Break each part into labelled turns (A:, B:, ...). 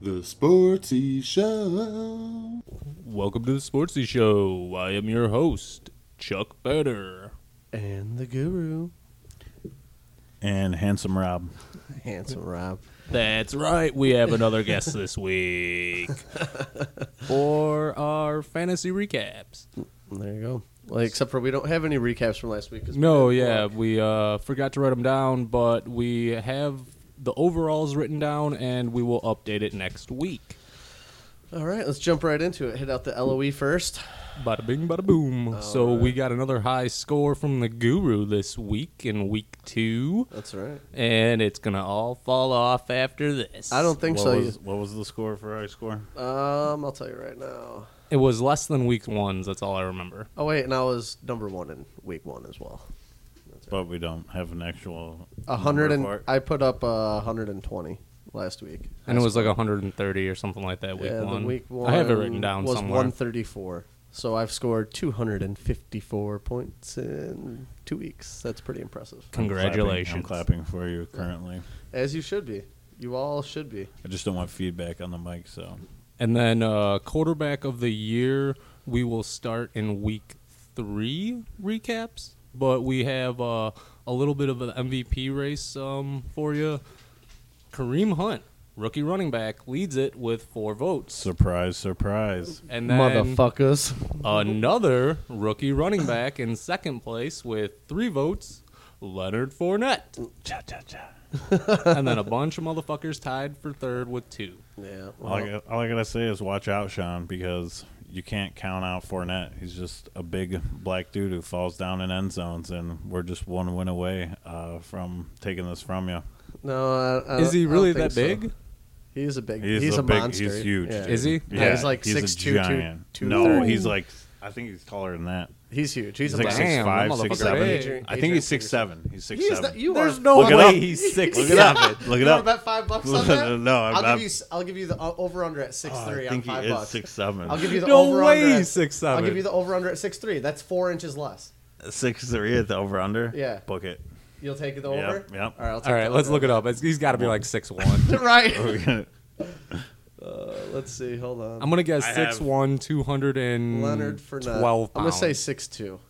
A: The Sportsy Show.
B: Welcome to the Sportsy Show. I am your host, Chuck Better.
C: And the guru.
A: And Handsome Rob.
C: Handsome Rob.
B: That's right, we have another guest this week for our fantasy recaps.
C: There you go. Well, except for we don't have any recaps from last week. 'cause we
B: No,
C: didn't
B: yeah,
C: talk.
B: we uh, forgot to write them down, but we have the overalls written down and we will update it next week.
C: All right, let's jump right into it. Hit out the LOE first.
B: Bada bing, bada boom. so
C: right.
B: we got another high score from the guru this week in week two,
C: That's right.
B: and it's going to all fall off after this.
C: I don't think
A: what
C: so.
A: Was, what was the score for our score?
C: Um, I'll tell you right now.
B: It was less than week one's, that's all I remember.
C: Oh wait, and I was number one in week one as well.
A: But we don't have an actual.
C: A hundred
A: number
C: and
A: for it.
C: I put up a hundred and twenty last week.
B: And it was like 130 or something like that week
C: yeah,
B: one.
C: The week one.
B: I have it written down
C: was
B: somewhere.
C: one thirty four. So I've scored two hundred and fifty four points in two weeks. That's pretty impressive.
B: Congratulations.
A: I'm clapping, I'm clapping for you currently.
C: As you should be. You all should be.
A: I just don't want feedback on the mic, so.
B: And then uh, quarterback of the year, we will start in week three recaps. But we have uh, a little bit of an MVP race um, for you. Kareem Hunt, rookie running back, leads it with four votes.
A: Surprise, surprise.
B: And then
C: Motherfuckers.
B: another rookie running back in second place with three votes, Leonard Fournette.
A: Cha cha cha.
B: and then a bunch of motherfuckers tied for third with two.
C: Yeah.
A: All I, got- all I gotta say is watch out, Sean, because you can't count out Fournette. He's just a big black dude who falls down in end zones, and we're just one win away uh, from taking this from you.
C: no, I, I
B: Is he
C: don't- I
B: really
C: don't think
B: that
C: so.
B: big?
C: He's a big.
A: He's,
C: He's,
A: a,
C: a,
A: big,
C: monster.
A: He's huge.
C: Yeah.
A: dude.
B: Is he?
C: Yeah, he's like
A: a
C: 6'2", two-
A: giant.
C: 230.
A: No, he's like I think he's taller than that.
C: He's huge. He's,
A: He's
C: a
A: like
C: monster.
A: six
B: Damn,
A: five,
B: that
A: six
B: motherfucker's
A: seven.
B: big.
A: I think he's
C: Adrian
A: six seven. He's six
C: He is
A: seven.
C: not- you
B: There's
C: are.
B: no
A: Look it
B: way
A: up.
B: he's six.
A: Look it up. Look it
C: You want to
A: up.
C: bet five bucks on that?
A: No, I'm
C: I'll
A: not-
C: give you. s- I'll give you the o- over under at six
A: Oh,
C: three
A: I
C: on
A: think he
C: five
A: is
C: bucks.
A: six seven.
C: I'll give you the
B: No
C: over
B: way
C: under.
B: he's 6'7".
C: I'll give you the over under at six three. That's four inches less.
A: six three at the over under.
C: Yeah.
A: book it.
C: You'll take the
A: Yep,
C: over.
A: yep.
C: All right. I'll take
B: All right,
C: the
B: let's
C: over.
B: look it up. It's, he's got to be like six one.
C: right.
A: We're
C: Uh, let's see. Hold on.
B: I'm gonna guess
A: I have-
B: six one, two hundred and
C: Leonard Fournette.
B: twelve
C: I'm
B: pounds.
C: gonna say six two.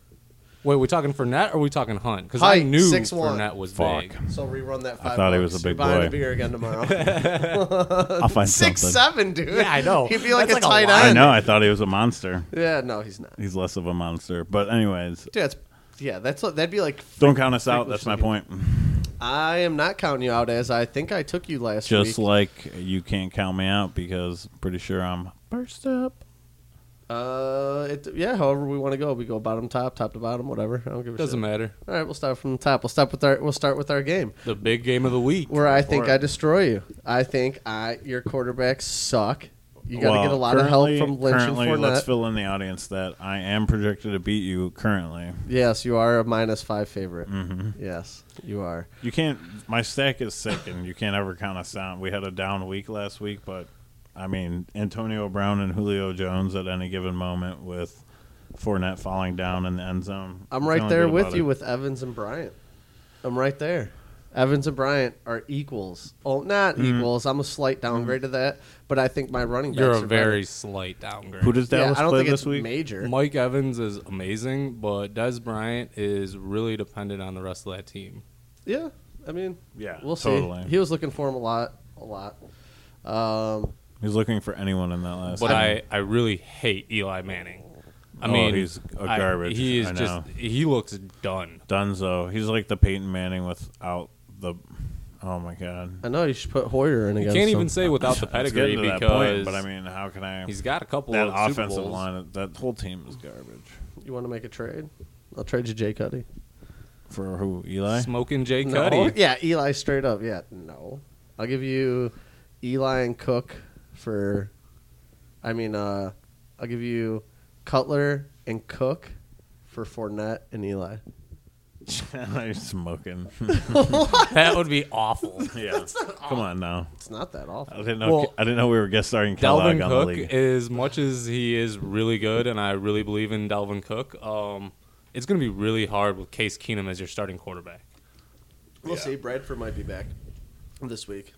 B: Wait, we talking Fournette or we talking Hunt? Because I
C: Height,
B: knew
C: 6'1".
B: Fournette was
A: Fuck.
B: big.
C: So rerun that five.
A: thought he
C: bucks.
A: was a big
C: You're buying
A: boy.
C: a beer again tomorrow.
A: I'll find
C: Six
A: something.
C: seven, dude.
B: Yeah, I know.
C: He'd be like
B: That's like
C: a
B: a
C: tight
B: lot.
A: I
C: end.
A: know. I thought he was a monster.
C: Yeah, no, he's not.
A: He's less of a monster. But anyways,
C: Dude, that's yeah, that's that'd be like.
A: don't count us out. That's my point.
C: I am not counting you out as I think I took you last
A: Just
C: week.
A: like you can't count me out because I'm pretty sure I'm first up.
C: uh, it, yeah. However, we want to go. We go bottom top, top to bottom, whatever. I don't give a
B: Doesn't
C: shit.
B: matter.
C: All right, we'll start from the top. We'll start with our we'll start with our game
B: The big game of the week.
C: where I think
A: For-
C: I destroy you. I think I your quarterbacks suck. You got to
A: Well,
C: get a lot of help
A: currently-
C: from Lynch and
A: currently, Let's
C: Fournette.
A: fill in the audience that I am projected to beat you currently.
C: yes, you are a minus five favorite.
A: Mm-hmm.
C: Yes, you are.
A: You can't. My stack is sick, and you can't ever count us out. We had a down week last week, but I mean Antonio Brown and Julio Jones at any given moment with Fournette falling down in the end zone.
C: I'm
A: We're
C: right
A: feeling
C: there
A: good
C: with
A: about
C: you
A: it.
C: with Evans and Bryant. I'm right there. Evans and Bryant are equals. Oh, not
A: Mm-hmm.
C: equals. I'm a slight downgrade to that, but I think my running backs
B: You're
C: are
B: a very
C: better.
B: slight downgrade.
A: Who does
C: yeah,
A: Dallas
C: I don't
A: play
C: think
A: this
C: it's
A: week?
C: major.
B: Mike Evans is amazing, but Des Bryant is really dependent on the rest of that team.
C: Yeah, I mean,
A: Yeah,
C: we'll
A: totally.
C: see. He was looking for him a lot, a lot. Um,
A: He's looking for anyone in that last.
B: But
A: game.
B: I, I really hate Eli Manning. I
A: Oh,
B: mean,
A: he's a
B: I-
A: garbage.
B: he is
A: I
B: just
A: know.
B: he looks done.
A: Dunzo. He's like the Peyton Manning without the. Oh my god.
C: I know you should put Hoyer in
B: You
C: against
B: can't
C: him.
B: even say without the
A: It's getting
B: pedigree
A: to that
B: because
A: point, but I mean, how can I?
B: he's got a couple
A: that
B: of Super
A: offensive
B: Bowls.
A: line. That whole team is garbage.
C: You want to make a trade? I'll trade you Jay Cuddy.
A: For who? Eli.
B: Smoking Jay
C: No.
B: Cuddy.
C: Yeah, Eli straight up. Yeah, no. I'll give you Eli and Cook for. I mean, uh, I'll give you Cutler and Cook for Fournette and Eli.
A: I'm smoking.
B: That would be awful.
A: yeah. Come on now.
C: It's not that
A: I
C: awful.
A: didn't know.
B: Well,
A: I didn't know we were guest starring Kellogg
B: Dalvin
A: on the
B: Cook,
A: league.
B: as much as he is really good, and I really believe in Dalvin Cook, um, it's going to be really hard with Case Keenum as your starting quarterback.
C: We'll see. Bradford might be back this week.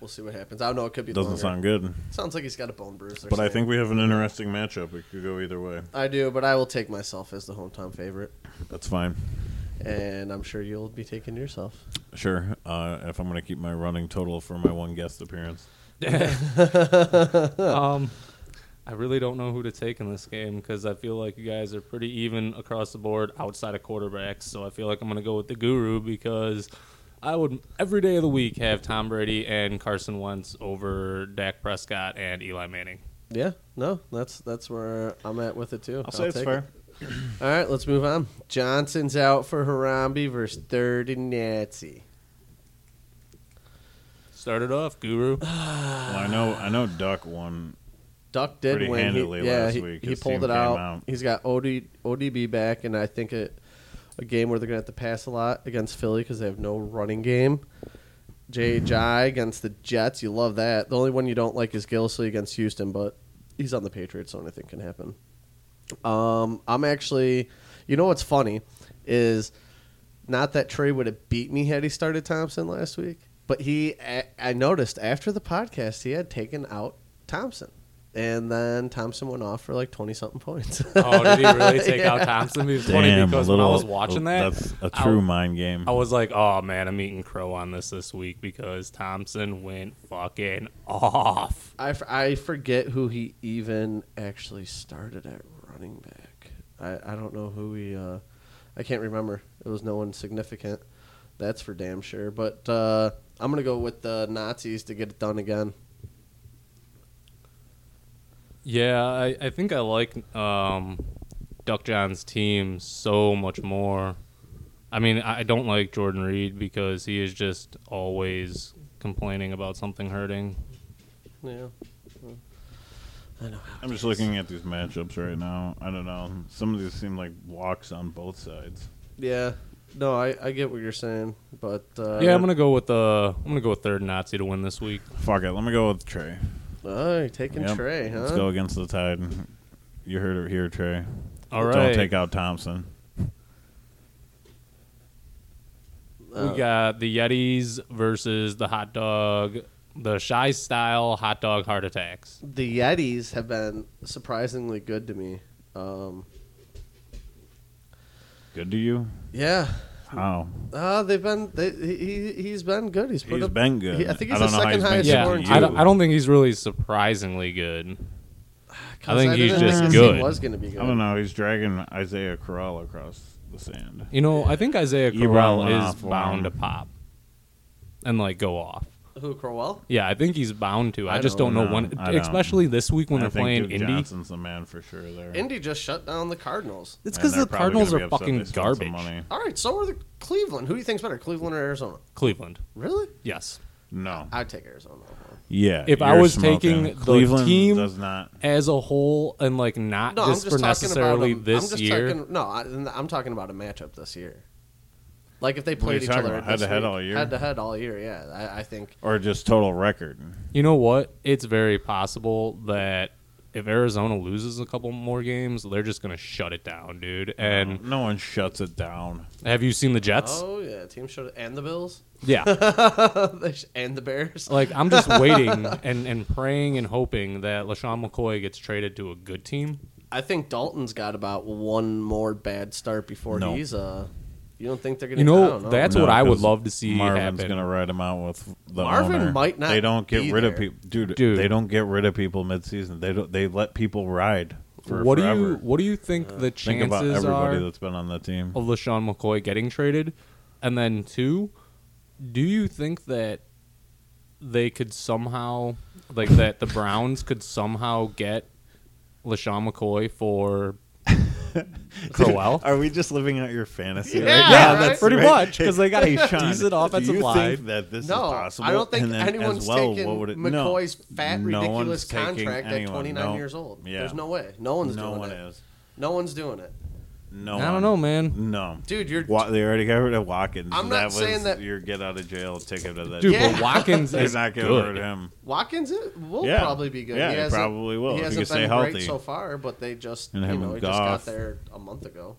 C: We'll see what happens. I don't know. It could be
A: Doesn't
C: longer.
A: sound good,
C: Sounds like he's got a bone bruise. Or
A: but I
C: something.
A: think we have an interesting matchup. It could go either way.
C: I do. But I will take myself as the hometown favorite,
A: That's fine.
C: and I'm sure you'll be taking yourself.
A: Sure. Uh, if I'm going to keep my running total for my one guest appearance,
B: um, I really don't know who to take in this game because I feel like you guys are pretty even across the board outside of quarterbacks. So I feel like I'm going to go with the guru because I would every day of the week have Tom Brady and Carson Wentz over Dak Prescott and Eli Manning.
C: Yeah. No. That's that's where I'm at with it too.
A: I'll say it's
C: take
A: fair.
C: it. All right. Let's move on. Johnson's out for Harambe versus Third and Nancy.
B: Start it off, guru.
A: Well, I know I know Duck won.
C: Duck did
A: Pretty
C: win.
A: handily
C: he, yeah,
A: last
C: he,
A: week.
C: he
A: His
C: pulled
A: team
C: it
A: came
C: out.
A: out.
C: He's got OD, ODB back, and I think a, a game where they're going to have to pass a lot against Philly because they have no running game. Jay Jai against the Jets. You love that. The only one you don't like is Gillisley against Houston, but he's on the Patriots, so anything can happen. Um, I'm actually, you know what's funny is not that Trey would have beat me had he started Thompson last week, but he, I I noticed after the podcast, he had taken out Thompson. And then Thompson went off for like 20 something points.
B: Oh, did he really take out Thompson? It was funny
A: Damn,
B: because
A: a little,
B: when I was watching that,
A: That's a
B: I-
A: true mind game.
B: I was like, oh man, I'm eating crow on this this week because Thompson went fucking off.
C: I, f- I forget who he even actually started at running back. I, I don't know who he. Uh, I can't remember. It was no one significant. That's for damn sure. But uh, I'm gonna go with the Nazis to get it done again.
B: Yeah, I, I think I like um, Duck John's team so much more. I mean, I I don't like Jordan Reed because he is just always complaining about something hurting.
C: Yeah. Hmm. I know.
A: I'm just looking at these matchups right now. I don't know. Some of these seem like walks on both sides.
C: Yeah. No, I, I get what you're saying, but uh,
B: yeah, I'm gonna go with the I'm gonna go with third Nazi to win this week.
A: Fuck it. Let me go with Trey.
C: Oh, you're taking
A: Yep.
C: Trey, huh?
A: Let's go against the tide. You heard it here, Trey.
B: All
A: Don't
B: right.
A: take out Thompson.
C: Uh,
B: We got the Yetis versus the hot dog, the shy style hot dog heart attacks.
C: the Yetis have been surprisingly good to me. Um,
A: Good to you.
C: yeah,
A: How?
C: Uh, they've been they, he he- he's been good. He's put
A: He's
C: up,
A: been good.
C: he- I think
A: I
C: he's
A: don't
C: the
A: know how
C: second
A: he's been
C: highest
A: good
B: Yeah,
A: to
C: scoring.
A: you.
B: I don't, I don't think he's really surprisingly good. I think he's
C: didn't
B: just
C: his
B: good.
C: team Was going to be good.
A: I don't know. He's dragging Isaiah Corral across the sand.
B: You know, I think Isaiah
A: You brought
B: Corral
A: one
B: is
A: off for
B: bound to
A: him.
B: pop and like go off.
C: Who Crowell?
B: Yeah, I think he's bound to. I,
C: I
B: just
C: don't
B: don't know,
A: know.
B: when,
A: I don't.
B: especially this week when
A: I
B: they're
A: think
B: playing
A: Duke
B: Indy.
A: Johnson's the man for sure there.
C: Indy just shut down the Cardinals.
B: It's
A: And
B: because
A: they're
B: the
A: probably
B: Cardinals
A: gonna be
B: are
A: upset they
B: fucking
A: spent some
B: garbage.
A: money.
C: All right, so are the Cleveland. Who do you think's better, Cleveland or Arizona?
B: Cleveland,
C: Really?
B: yes.
A: No.
C: I'd take Arizona. over.
A: yeah.
B: If I
A: you're
B: was
A: smoking.
B: taking the
A: Cleveland
B: team-
A: does not.
B: As a whole, and like not
C: No,
B: just
C: I'm
B: for
C: just talking
B: necessarily
C: about a, I'm
B: this
C: just
B: year.
C: Talking, no, I, I'm talking about a matchup this year. Like if they
A: are you
C: played each
A: talking
C: other
A: about? Head-to-head all year?
C: head to head all year. Yeah, I, I think
A: Or just total record.
B: You know what? It's very possible that if Arizona loses a couple more games, they're just gonna shut it down, dude. And
A: no one shuts it down.
B: have you seen the Jets?
C: Oh yeah, team should and the Bills
B: Yeah.
C: They sh- and the Bears.
B: Like I'm just waiting and, and praying and hoping that LaShawn McCoy gets traded to a good team.
C: I think Dalton's got about one more bad start before
A: No.
C: he's uh you don't think they're gonna
B: You
C: I
B: know,
C: don't
B: that's
A: No,
B: what I would
A: 'cause
B: love to see
A: Marvin's
B: happen.
A: gonna ride him out with the
C: Marvin
A: owner.
C: might not
A: They don't get
C: be
A: rid of
C: there.
A: people, dude,
B: Dude.
A: They don't get rid of people midseason. They don't. They let people ride for
B: what
A: forever.
B: do you what do you think the
A: think about
B: chances
A: everybody
B: are Oh,
A: that's been on that team?
B: of LaShawn McCoy getting traded? And then two, do you think that they could somehow like that the Browns could somehow get LaShawn McCoy for Crowell?
A: Are we just living out your fantasy?
C: Yeah,
A: right
C: Yeah,
A: now?
C: right?
A: that's
B: pretty
A: right.
B: much because they got a
A: Sean,
B: decent
A: do
B: offensive
A: you
B: line.
A: Think that this
C: No,
A: is possible?
C: I don't think
A: And then
C: anyone's
A: as well,
C: taking
A: what would it,
C: McCoy's
A: no,
C: fat,
A: no
C: ridiculous
A: one's taking
C: contract at
A: anyone.
C: 29
A: No.
C: years old.
A: Yeah.
C: There's no way. No one's
A: no
C: doing
A: one
C: it.
A: is.
C: No one's doing it.
A: No,
B: I
A: one.
B: don't know, man.
A: No,
C: Dude, you're-
A: Wa- they already got rid of Watkins.
C: I'm
A: that
C: not
A: was
C: saying that-
A: your get out of jail ticket of that.
B: Dude,
A: year.
C: Yeah.
B: but Watkins
A: they're
B: is
A: not gonna
B: good.
A: hurt him.
C: Watkins it will
A: Yeah.
C: probably be good.
A: Yeah,
C: he
A: he
C: hasn't-
A: probably will,
C: He
A: if he
C: hasn't
A: can stay
C: been
A: healthy.
C: great so far, but they just
A: And
C: you
A: have
C: know
A: him
C: he just got
A: Goff.
C: there a month ago.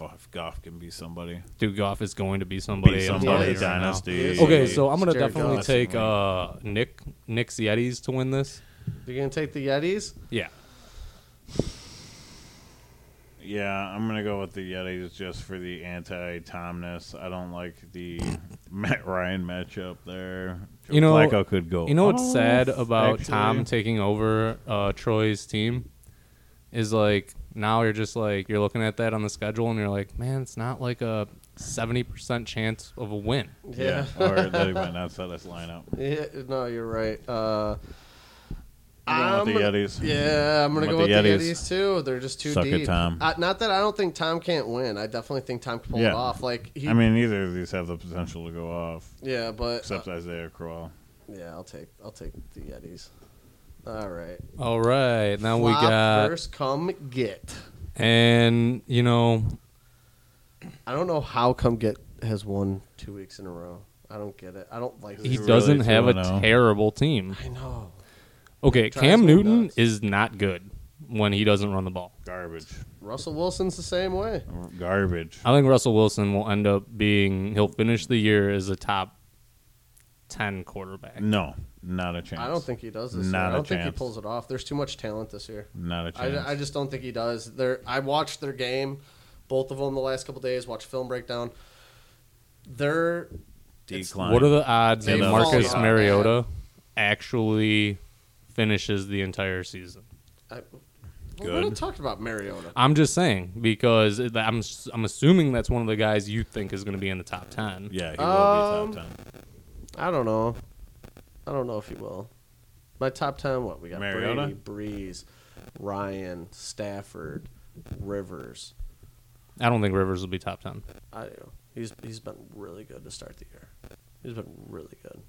A: Oh, if Goff can be somebody,
B: Dude, Goff is going to be somebody. I'm
A: somebody,
B: telling you right now.
A: dynasty.
B: Okay, so I'm gonna
C: Jared
B: definitely
A: Goff.
B: take uh, Nick Nick's Yetis to win this.
C: You're gonna take the Yetis?
B: Yeah,
A: yeah, I'm gonna go with the Yetis just for the anti-Tomness. I don't like the Matt Ryan matchup there. Joe
B: You know-
A: Flacco could go.
B: you know what's
A: off,
B: sad about Tom
A: Oh, actually.
B: taking over uh, Troy's team is like now you're just like you're looking at that on the schedule and you're like, man, it's not like a seventy percent chance of a win.
A: Yeah, or that he might not set his lineup.
C: Yeah, no, you're right. Uh,
A: You're going with the Yetis.
C: Yeah, I'm gonna
A: With
C: go
A: the
C: with the
A: Yetis.
C: Yetis too. They're just too
A: Suck it,
C: deep.
A: Tom.
C: Uh, not that I don't think Tom can't win. I definitely think Tom can pull
A: Yeah.
C: it off. Like he,
A: I mean, neither of these have the potential to go off,
C: yeah, but uh,
A: except Isaiah Crowell.
C: yeah, I'll take I'll take the Yetis. All right.
B: All right, now we
C: Flop
B: got
C: first come get.
B: and you know
C: I don't know how come get has won two weeks in a row. I don't get it. I don't like.
B: he
A: He's really
B: doesn't have a
A: 2-0.
B: terrible team.
C: I know.
B: Okay,
C: Drives me
B: Cam Newton
C: nuts.
B: is not good when he doesn't run the ball.
A: Garbage,
C: Russell Wilson's the same way.
A: garbage.
B: I think Russell Wilson will end up being he'll finish the year as a top ten quarterback.
A: No, not a chance.
C: I don't think he does this.
A: Not
C: year. I
A: a
C: don't think he
A: chance.
C: pulls it off. There's too much talent this year.
A: Not a chance.
C: I, I just don't think he does. They're, I watched their game, both of them the last couple days. Watched film breakdown. They're it's-
A: Decline.
B: What are the odds that
A: They've
B: Marcus
A: fallen off,
B: Mariota actually finishes the entire season?
C: I, we
A: Good.
C: haven't talked about Mariota.
B: I'm just saying because it- I'm s- I'm assuming that's one of the guys you think is going to be in the top ten.
A: Yeah, he
C: Um,
A: will be top ten.
C: I don't know. I don't know if he will. My top ten. What we got?
A: Mariota?
C: Brady, Breeze, Ryan, Stafford, Rivers.
B: I don't think Rivers will be top ten.
C: I don't know. He's he's been really good to start the year. He's been really good,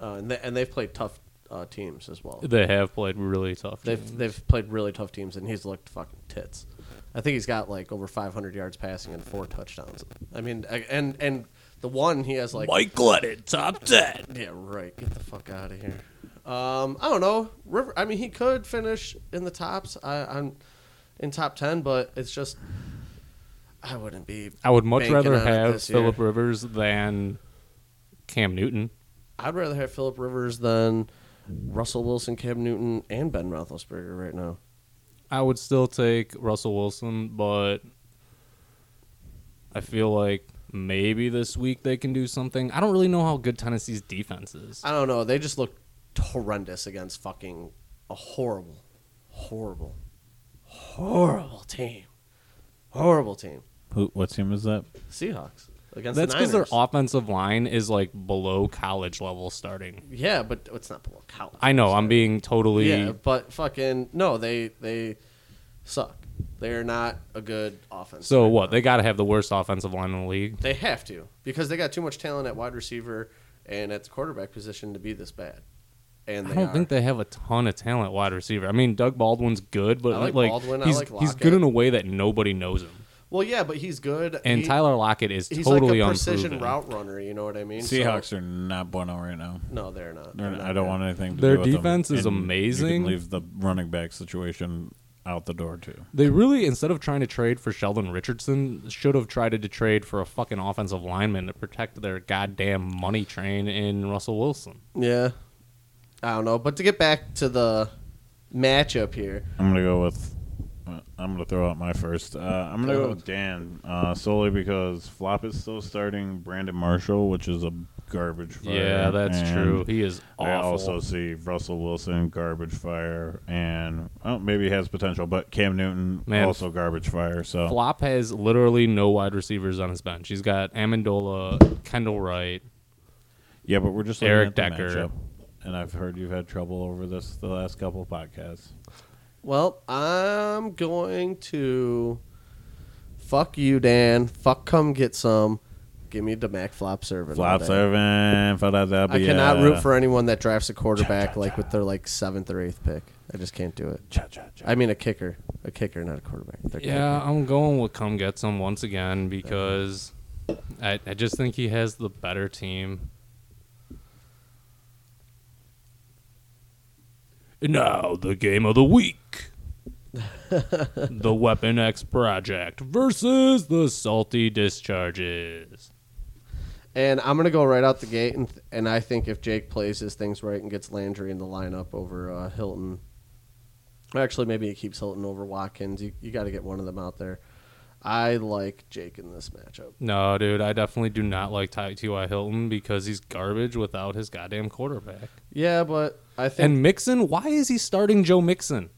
C: uh, and they, and they've played tough uh, teams as well.
B: They have played really tough.
C: They've they've played really tough teams, and he's looked fucking tits. I think he's got like over 500 yards passing and four touchdowns. I mean, a- and and the one he has like
B: Mike Glennon, top ten.
C: yeah right. Get the fuck out of here. Um, I don't know. River. I mean, he could finish in the tops. I, I'm in top ten, but it's just I wouldn't be.
B: I would much
C: banking
B: rather
C: on it
B: have
C: this year.
B: Philip Rivers than Cam Newton.
C: I'd rather have Philip Rivers than Russell Wilson, Cam Newton, and Ben Roethlisberger right now.
B: I would still take Russell Wilson, but I feel like maybe this week they can do something. I don't really know how good Tennessee's defense is.
C: I don't know. They just look horrendous against fucking a horrible, horrible, horrible team. Horrible team.
A: Who, what team is that?
C: Seahawks against
B: That's
C: the
B: because their
C: Niners.
B: offensive line is like below college level starting.
C: Yeah, but it's not below college.
B: I know I'm being totally
C: Yeah, but fucking no, they they suck. They're not a good offense.
B: so
C: right
B: what
C: now.
B: they got to have the worst offensive line in the league.
C: They have to because they got too much talent at wide receiver and at the quarterback position to be this bad. And they
B: I don't
C: are.
B: think they have a ton of talent at wide receiver. I mean Doug Baldwin's good, but
C: I
B: like,
C: like Baldwin, I
B: he's
C: like
B: he's
C: Lockett.
B: good in a way that nobody knows him.
C: Well, yeah, but he's good.
B: And
C: He-
B: Tyler Lockett is
C: he's
B: totally
C: like a precision
B: unproven.
C: route runner. You know what I mean? So-
A: Seahawks are not bueno right now.
C: no, they're not.
A: They're
C: They're
A: not-
C: not
A: I don't
C: good.
A: want anything. To
B: Their
A: do with them,
B: defense is
A: and you can
B: amazing.
A: leave the running back situation out the door too.
B: They really, instead of trying to trade for Sheldon Richardson, should have tried to trade for a fucking offensive lineman to protect their goddamn money train in Russell Wilson.
C: Yeah, I don't know. But to get back to the matchup here,
A: I'm gonna go with. uh, I'm gonna throw out my first. Uh, I'm gonna go with Dan uh, solely because Flop is still starting Brandon Marshall, which is a garbage. Fire,
B: yeah, that's
A: and
B: true. He is
A: I
B: awful.
A: also see Russell Wilson garbage fire, and oh, maybe has potential, but Cam Newton
B: Man.
A: also garbage fire. So
B: Flop has literally no wide receivers on his bench. He's got Amendola, Kendall Wright.
A: yeah, but we're just looking
B: Eric
A: at the
B: Decker.
A: matchup, and I've heard you've had trouble over this the last couple podcasts.
C: well, I'm going to fuck you, Dan. Fuck, come get some. Give me the Mac Flop servant. all
A: Flop
C: day.
A: seven for that.
C: I cannot root for anyone that drafts a quarterback like with their like seventh or eighth pick. I just can't do it.
A: Cha, cha, cha.
C: I mean, a kicker, a kicker, not a quarterback. They're
B: Yeah, I'm going with Come Get Some once again because I, I just think he has the better team. Now, the game of the week. the Weapon X Project versus the Salty Discharges.
C: And I'm gonna go right out the gate, and th- and I think if Jake plays his things right and gets Landry in the lineup over uh, Hilton, actually maybe he keeps Hilton over Watkins. You you got to get one of them out there. I like Jake in this matchup.
B: No, dude, I definitely do not like Ty T.Y. Hilton because he's garbage without his goddamn quarterback.
C: Yeah, but I think
B: And Mixon, why is he starting Joe Mixon?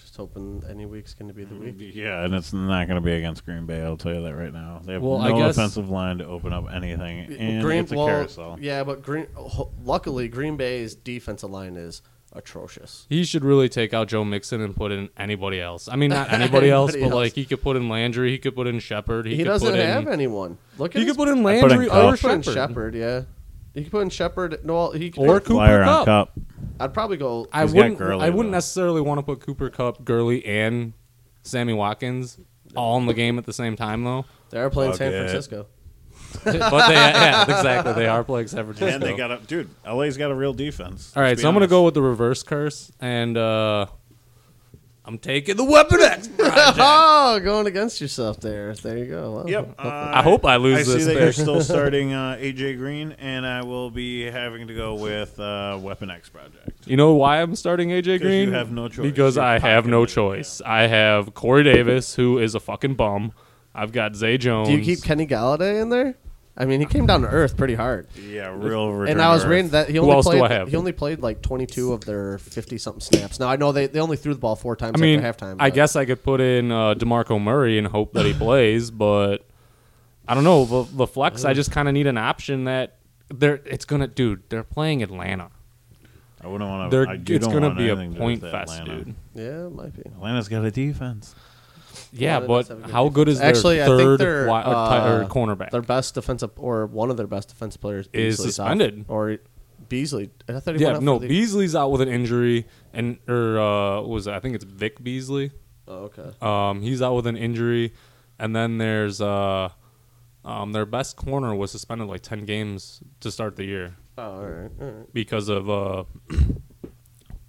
C: just hoping any week's gonna be the week.
A: Yeah, and it's not going to be against Green Bay. I'll tell you that right now. They have
B: Well, I
A: no
B: guess-
A: offensive line to open up anything, and
C: Green-
A: it's a
C: well,
A: carousel.
C: Yeah, but Green. ho- Luckily, Green Bay's defensive line is atrocious.
B: He should really take out Joe Mixon and put in anybody else. I mean, not anybody else, but
C: Anybody
B: like
C: else.
B: he could put in Landry, he could put in Shepard, he,
C: He,
B: could
C: doesn't
B: put in,
C: have anyone. Look at
B: He
C: his
B: could put in
A: I put in
B: Landry
A: Cup.
B: or
A: I
C: put in
B: Shepard.
C: Shepard, yeah. You could put in Shepard. No, he could
B: Or
C: put-
B: Cooper
A: Flyer on
B: Kupp.
A: cup.
C: I'd probably go.
B: I
A: He's got
B: wouldn't.
A: Gurley,
B: I wouldn't
A: though.
B: necessarily want to put Cooper Cup, Gurley, and Sammy Watkins all in the game at the same time, though.
C: They are playing
A: Fuck
C: San
A: it.
C: Francisco.
B: but they, yeah, exactly. They are playing San Francisco.
A: And they got a dude. LA's got a real defense.
B: all right,
A: let's be
B: so I'm gonna
A: honest.
B: go with the reverse curse, and uh, I'm taking the Weapon X.
C: oh, going against yourself there. There you go. Well,
A: Yep.
B: I hope I lose
A: I see
B: this
A: that
B: thing.
A: you're still starting uh, AJ Green, and I will be having to go with uh, Weapon X Project.
B: You know why I'm starting AJ
A: 'Cause
B: Green?
A: you have no choice.
B: Because
A: You're
B: I have no
A: pocketed,
B: choice. I have Corey Davis, who is a fucking bum. I've got Zay Jones.
C: Do you keep Kenny Galladay in there? I mean, he came down to earth pretty hard.
A: Yeah, real. return
C: And I
A: to
C: was
A: earth.
C: reading that he only
B: else do
C: played
B: I have?
C: he only played like 22 of their 50 something snaps. Now I know they, they only threw the ball four times
B: I mean,
C: after halftime.
B: I
C: but-
B: guess I could put in uh, Demarco Murray and hope that he plays, but I don't know. The, the flex, I just kind of need an option that they're. It's gonna, dude. They're playing Atlanta.
A: I wouldn't want
B: They're.
A: to.
B: it's gonna be a point fest, dude.
C: yeah, it might be.
A: Atlanta's got a defense.
B: Yeah,
C: Atlanta
B: but
C: does have a good
B: how good is their
C: Actually, I think
B: third
C: they're,
B: wi- or ti-
C: uh,
B: or cornerback?
C: Their best defensive or one of their best defensive players
B: Is
C: Beasley's
B: suspended.
C: off, or Beasley. I thought he went
B: yeah,
C: out
B: no.
C: for the-
B: Beasley's out with an injury, and or uh, what was it? I think it's Vic Beasley.
C: Oh, okay.
B: Um, he's out with an injury, and then there's uh, um, their best corner was suspended like ten games to start the year.
C: Oh, all right. All right.
B: because of uh,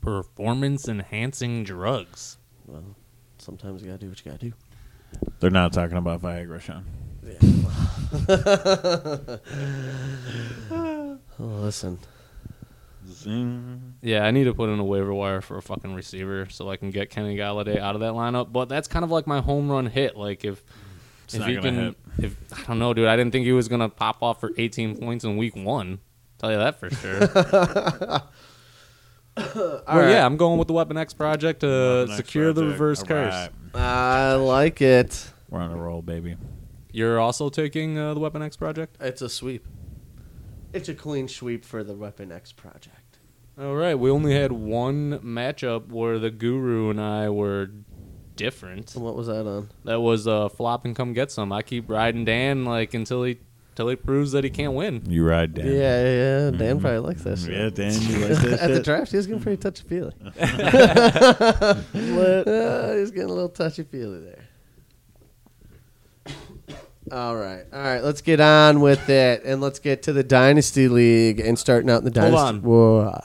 B: performance enhancing drugs.
C: Well, sometimes you gotta do what you gotta do.
A: They're not talking about Viagra, Sean.
C: Oh, listen.
A: Zing.
B: Yeah, I need to put in a waiver wire for a fucking receiver so I can get Kenny Galladay out of that lineup. But that's kind of like my home run hit. Like if
A: It's
B: if
A: not
B: he
A: gonna
B: can,
A: hit.
B: if I don't know, dude, I didn't think he was gonna pop off for 18 points in week one. Tell you that for sure. well, yeah, I'm going with the Weapon X project to
A: Weapon X
B: Uh, secure the
A: Project.
B: reverse
A: All
B: curse.
A: right.
C: I like it.
A: We're on a roll, baby.
B: You're also taking uh, the Weapon X project.
C: It's a sweep. It's a clean sweep for the Weapon X project.
B: All right, we only had one matchup where the guru and I were different.
C: And what was that on?
B: That was uh, flop and come get some. I keep riding Dan like until he till he proves that he can't win.
A: You ride, Dan. Mm-hmm.
C: Yeah, yeah. Dan probably likes that shit.
A: Yeah, Dan, you like
C: At the
A: this shit?
C: draft, he was getting pretty touchy feely. uh, he was getting a little touchy feely there. All right, all right. Let's get on with it, and let's get to the dynasty league and starting out in the
B: Hold
C: dynasty.
B: on.
C: Whoa.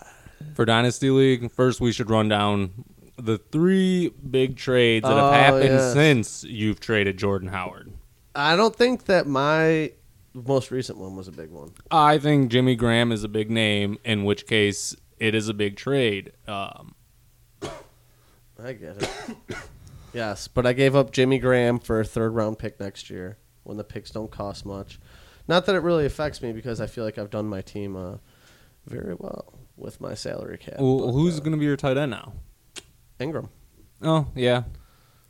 B: For Dynasty League, first we should run down the three big trades that
C: Oh,
B: have happened
C: yes.
B: since you've traded Jordan Howard.
C: I don't think that my most recent one was a big one.
B: I think Jimmy Graham is a big name, in which case it is a big trade. Um,
C: I get it. yes, but I gave up Jimmy Graham for a third round pick next year when the picks don't cost much. Not that it really affects me because I feel like I've done my team uh, very well with my salary cap.
B: well,
C: but,
B: who's
C: uh,
B: going to be your tight end now?
C: Ingram?
B: Oh yeah,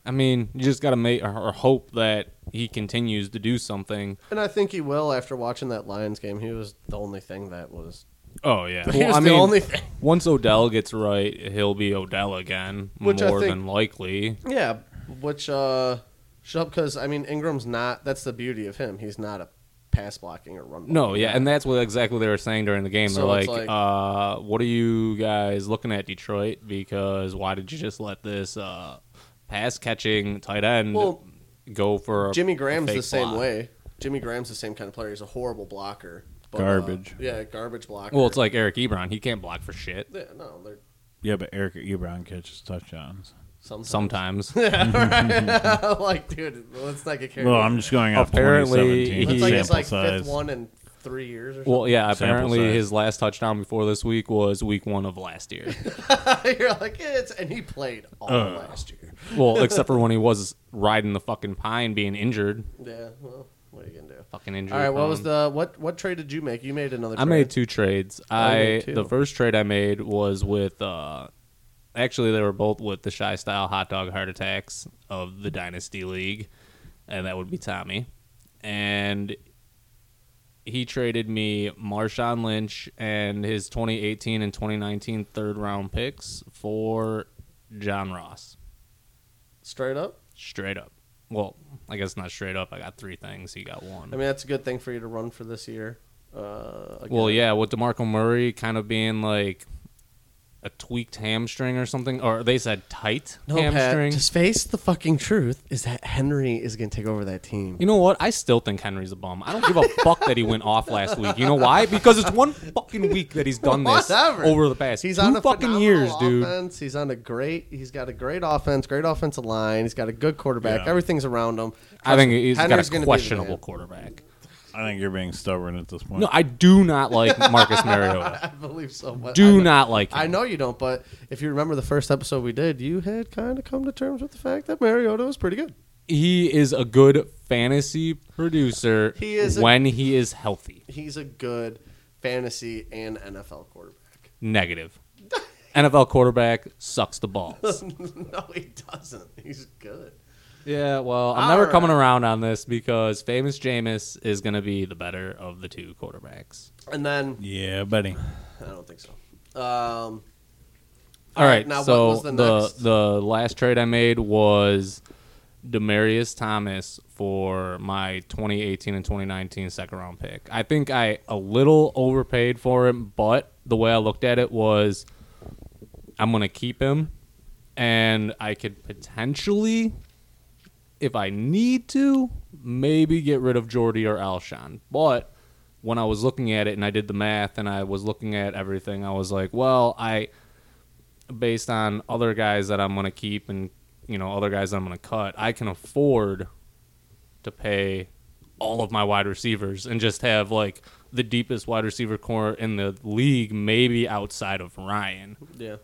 B: I mean you just gotta make or, or hope that he continues to do something.
C: And I think he will after watching that Lions game. He was the only thing that was.
B: Oh yeah,
C: He was
B: I
C: the
B: mean,
C: only thing.
B: once Odell gets right, he'll be Odell again,
C: Which I
B: more
C: think-
B: than likely.
C: Yeah, which uh, shut because I mean Ingram's not. That's the beauty of him. He's not a pass blocking or run.
B: No,
C: blocking
B: yeah,
C: guy.
B: and that's what exactly they were saying during the game.
C: So
B: They're
C: it's
B: like,
C: like-
B: uh, "What are you guys looking at, Detroit? Because why did you just let this uh, pass catching tight end
C: Well,
B: go for a,
C: Jimmy
B: a
C: Graham's the
B: fake
C: same
B: block?
C: way. Jimmy Graham's the same kind of player. He's a horrible blocker. But,
A: Garbage.
C: Uh, yeah, garbage blocker.
B: Well, it's like Eric Ebron; he can't block for shit.
C: Yeah, no, they're
A: Yeah, but Eric Ebron catches touchdowns.
C: Sometimes.
B: sometimes.
C: Right. like, dude, let's not get carried.
A: Well,
C: away.
A: I'm just going off
B: Apparently,
A: 2017
B: he-
C: Looks like it's
A: sample
C: like
A: size.
C: fifth one in three years. Or
B: Well, yeah.
A: Sample
B: Apparently,
A: size.
B: his last touchdown before this week was week one of last year.
C: something. You're like, it's and he played all
A: Uh.
C: last year.
B: well, except for when he was riding the fucking pine, being injured.
C: Yeah. Well, what are you gonna do?
B: Fucking injured. um,
C: All right. What was
B: prone.
C: the what? What trade did you make? You made another.
B: I
C: trade. Oh,
B: made two trades. I
C: made two.
B: the first trade I made was with uh actually they were both with the shy style hot dog heart attacks of the dynasty league and that would be Tommy. And he traded me Marshawn Lynch and his 2018 and 2019 third round picks for John Ross.
C: straight up.
B: Straight up. Well, I guess not straight up. I got three things. He got one.
C: I mean, that's a good thing for you to run for this year. Uh, again.
B: Well, yeah, with DeMarco Murray kind of being like a tweaked hamstring or something, or they said tight
C: No, Pat,
B: hamstring.
C: just face the fucking truth is that Henry is going to take over that team.
B: you know what? I still think Henry's a bum. I don't give a fuck that he went off last week. You know why? Because it's one fucking week that he's done this
C: Whatever.
B: over the past
C: He's
B: two
C: on a
B: fucking
C: phenomenal
B: years, dude.
C: offense. He's on a great. He's got a great offense, great offensive line. He's got a good quarterback.
A: Yeah.
C: Everything's around him.
B: I think he's
C: Henry's
B: got a
C: gonna be the
B: questionable
C: man.
B: quarterback.
A: I think you're being stubborn at this point.
B: No, I do not like Marcus Mariota.
C: I believe so. but I
B: Do
C: know-
B: not like him.
C: I know you don't, but if you remember the first episode we did, you had kind of come to terms with the fact that Mariota was pretty good.
B: He is a good fantasy producer
C: He is a-
B: when he is healthy.
C: He's a good fantasy and NFL quarterback.
B: Negative. NFL quarterback sucks the balls.
C: no, he doesn't. He's good.
B: Yeah, well, I'm
C: All
B: never
C: right.
B: coming around on this because famous Jameis is going to be the better of the two quarterbacks.
C: And then
A: Yeah, buddy.
C: I don't think so. Um,
B: All right,
C: now what
B: so
C: was the next?
B: the the last trade I made was Demarius Thomas for my 2018 and 2019 second round pick. I think I a little overpaid for him, but the way I looked at it was I'm going to keep him and I could potentially if I need to, maybe get rid of Jordy or Alshon. But when I was looking at it and I did the math and I was looking at everything, I was like, well, I based on other guys that I'm going to keep and you know other guys that I'm going to cut, I can afford to pay all of my wide receivers and just have like the deepest wide receiver core in the league, maybe outside of Ryan.
C: yeah.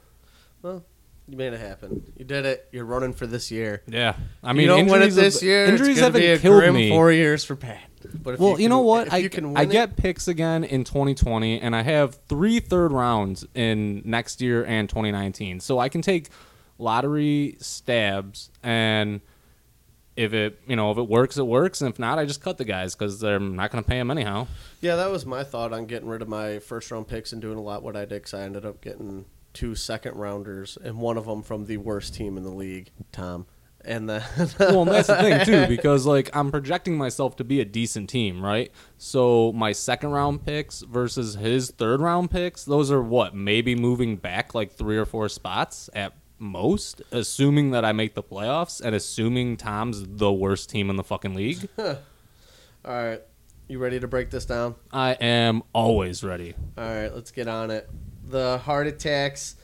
C: Well, you made it happen. You did it. You're running for this year.
B: Yeah, I
C: I
B: mean,
C: mean, you don't win it
B: injuries have-
C: this year.
B: Injuries
C: Injuries it's
B: haven't
C: going to be a
B: killed
C: grim
B: me.
C: four years for Pat. But if
B: Well, you,
C: can-
B: know what?
C: If
B: I,
C: you can win
B: I
C: it-
B: get picks again in 2020, and I have three third rounds in next year and 2019. So I can take lottery stabs, and if it you know if it works, it works, and if not, I just cut the guys because they're not going to pay them anyhow.
C: Yeah, that was my thought on getting rid of my first round picks and doing a lot what I did 'cause I ended up getting two second rounders and one of them from the worst team in the league, Tom. And then
B: well, and that's the thing too, because like I'm projecting myself to be a decent team, right? So my second round picks versus his third round picks, those are what maybe moving back like three or four spots at most, assuming that I make the playoffs and assuming Tom's the worst team in the fucking league.
C: all right, you ready to break this down?
B: I am always ready.
C: All right, let's get on it. The heart attacks,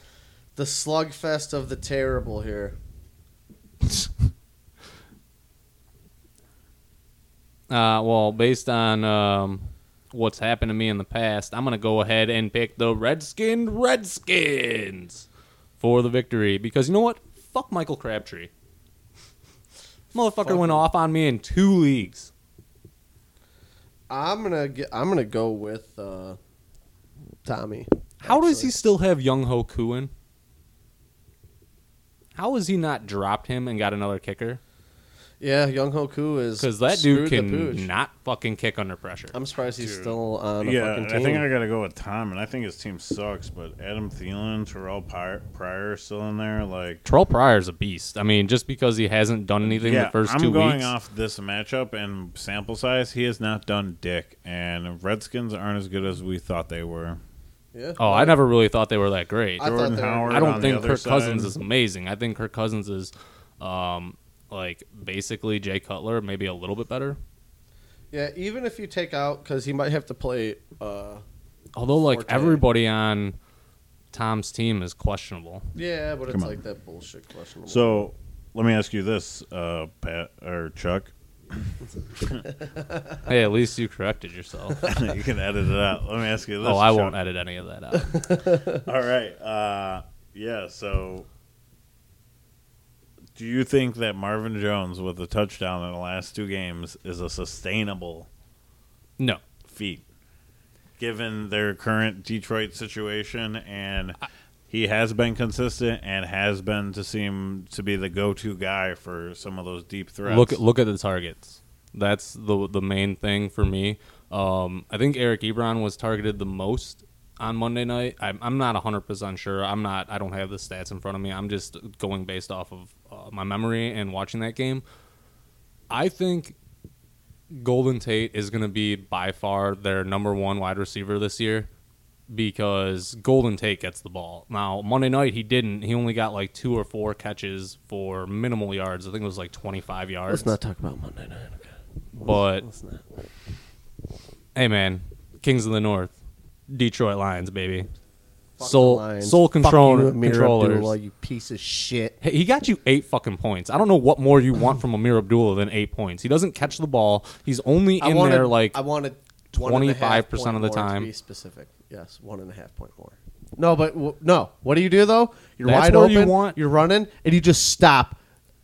C: the slugfest of the terrible here.
B: Uh, well, based on um, what's happened to me in the past, I'm gonna go ahead and pick the Redskins Redskins for the victory because you know what? Fuck Michael Crabtree. Motherfucker
C: Fuck
B: went
C: him.
B: off on me in two leagues.
C: I'm gonna get, I'm gonna go with uh, Tommy.
B: How does
C: actually.
B: he still have Young Ho Kuen? How has he not dropped him and got another kicker?
C: Yeah, Young Hoku is
B: Because that dude
C: screwed the pooch. Um,
B: can not fucking kick under pressure.
C: I'm surprised he's still on a
A: Yeah,
C: fucking team.
A: I think I got to go with Tom, and I think his team sucks. But Adam Thielen, Terrell Py- Pryor are still in there. Like,
B: Terrell Pryor's a beast. I mean, just because he hasn't done anything
A: yeah,
B: the first
A: I'm
B: two
A: going
B: weeks.
A: off this matchup and sample size. He has not done dick, and Redskins aren't as good as we thought they were.
C: yeah.
B: Oh, I never really thought they were that great.
C: I
B: I,
C: thought
A: Jordan
C: they were-
A: Howard.
B: don't
A: on the
B: think
A: other
B: Kirk
A: side.
B: Cousins is amazing. I think Kirk Cousins is, um, like basically Jay Cutler, maybe a little bit better.
C: Yeah, even if you take out because he might have to play. Uh,
B: Although, like
C: Forte.
B: everybody on Tom's team is questionable.
C: Yeah, but it's
A: Come on.
C: like that bullshit question.
A: So let me ask you this, uh, Pat or Chuck.
B: Hey, at least you corrected yourself.
A: you can edit it out. Let me ask you this.
B: oh, I
A: Chuck.
B: won't edit any of that out.
A: All right. Uh, yeah. So, do you think that Marvin Jones with a touchdown in the last two games is a sustainable
B: No.
A: feat, given their current Detroit situation? And he has been consistent and has been to seem to be the go-to guy for some of those deep threats.
B: Look look at the targets. That's the the main thing for me. Um, I think Eric Ebron was targeted the most on Monday night. I'm, I'm not 100% sure. I'm not I don't have the stats in front of me. I'm just going based off of uh, my memory and watching that game. I think Golden Tate is going to be by far their number one wide receiver this year because Golden Tate gets the ball. Now, Monday night, he didn't. He only got like two or four catches for minimal yards. I think it was like 25 yards.
C: let's not talk about Monday night. Okay?
B: But,
C: Let's not.
B: hey, man, Kings of the North, Detroit Lions, baby.
C: Fuck
B: Soul,
C: the Lions.
B: soul
C: Fuck
B: control,
C: you, Amir Abdullah,
B: controllers.
C: you piece of shit.
B: Hey, he got you eight fucking points. I don't know what more you want from Amir Abdullah than eight points. He doesn't catch the ball. He's only in
C: wanted,
B: there like
C: I wanted one and a
B: 25% of
C: half point
B: the
C: more, to
B: time.
C: be specific, yes, one and a half point more. No, but w- no. What do you do though? You're
B: That's
C: wide
B: where
C: open.
B: you want-
C: are running, and you just stop,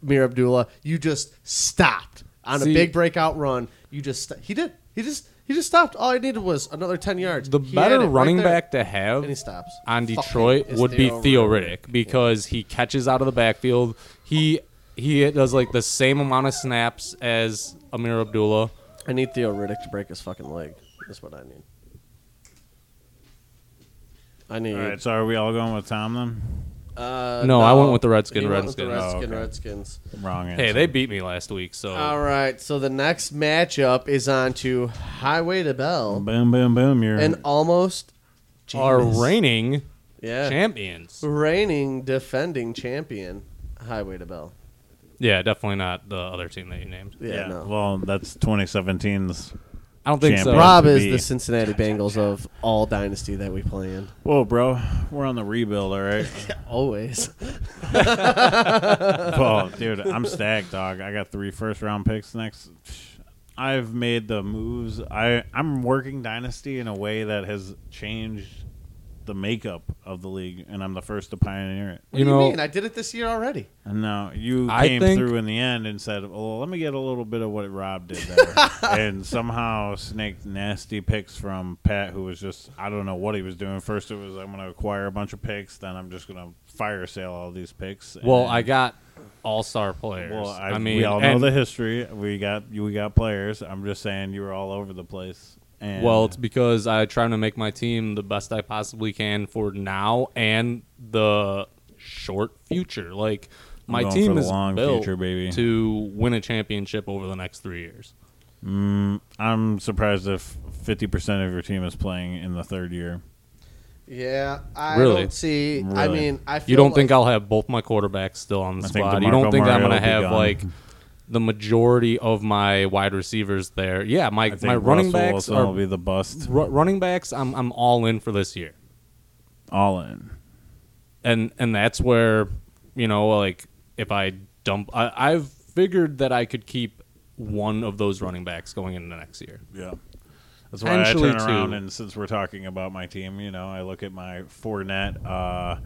C: Mir Abdullah. You just stopped on
B: See-
C: a big breakout run. You just st- he did. He just he just stopped. All I needed was another ten yards.
B: The
C: He
B: better
C: had it right
B: running
C: there.
B: back to have
C: And he stops.
B: on
C: Fuck
B: Detroit
C: it. It's
B: would be
C: Theo
B: Theo
C: Riddick.
B: Riddick because he catches out of the backfield. He he does like the same amount of snaps as Amir Abdullah.
C: I need Theo Riddick to break his fucking leg. That's what I need. I need.
A: All right. So, are we all going with Tom then?
C: Uh,
B: No, I went with the Redskin,
C: He went with the
B: Redskin.
A: Oh,
C: Redskin,
A: okay. Oh.
C: Redskins.
A: Wrong answer.
B: Hey, they beat me last week, so
C: All right, so the next matchup is on to Highway to Bell
A: boom, boom, boom. You're
C: and almost
B: our
C: Jesus.
B: reigning
C: yeah
B: champions.
C: reigning defending champion Highway to Bell.
B: Yeah, definitely not the other team that you named.
C: Yeah, no.
A: Well, that's 2017's.
B: I don't think so.
A: Champions.
C: Rob
A: to
C: is
A: be-
C: the Cincinnati Bengals of all dynasty that we play in.
A: Whoa, bro, we're on the rebuild, all right.
C: Always.
A: Well, dude, I'm stacked, dog. I got three first round picks next. I've made the moves. I I'm working dynasty in a way that has changed the makeup of the league, and I'm the first to pioneer it.
C: What
B: You
C: do
B: know-
C: you mean? I did it this year already.
A: And now you
B: I
A: came
B: think-
A: through in the end and said, "Well, let me get a little bit of what Rob did there," and somehow snaked nasty picks from Pat, who was just I don't know what he was doing. First, it was I'm going to acquire a bunch of picks, then I'm just going to fire sale all these picks.
B: Well,
A: and-
B: I got all star players.
A: Well, I,
B: I, mean,
A: we all know
B: and-
A: the history. We got we got players. I'm just saying you were all over the place. And
B: Well, it's because I try to make my team the best I possibly can for now and the short future. Like
A: I'm
B: my
A: going
B: team
A: for the
B: is
A: long
B: built
A: future, baby.
B: to win a championship over the next three years.
A: I'm surprised if 50 percent of your team is playing in the third year.
C: Yeah, I
B: Really?
C: don't see. I
A: Really.
C: mean, I feel
B: You don't
C: like
B: think I'll have both my quarterbacks still on the
A: I think
B: squad? You don't
A: DeMarco
B: think I'm
A: Murray
B: going to
A: will be
B: have
A: gone.
B: like the majority of my wide receivers there? Yeah, my
A: I think
B: my running
A: Russell
B: backs
A: Wilson
B: are
A: will be the bust
B: ru- running backs. I'm I'm all in for this year.
A: all in.
B: and and that's where you know like if i dump I, i've figured that i could keep one of those running backs going into next year
A: Yeah. That's why I
B: Potentially
A: turn around
B: two.
A: and since we're talking about my team, you know, I look at my Fournette, uh,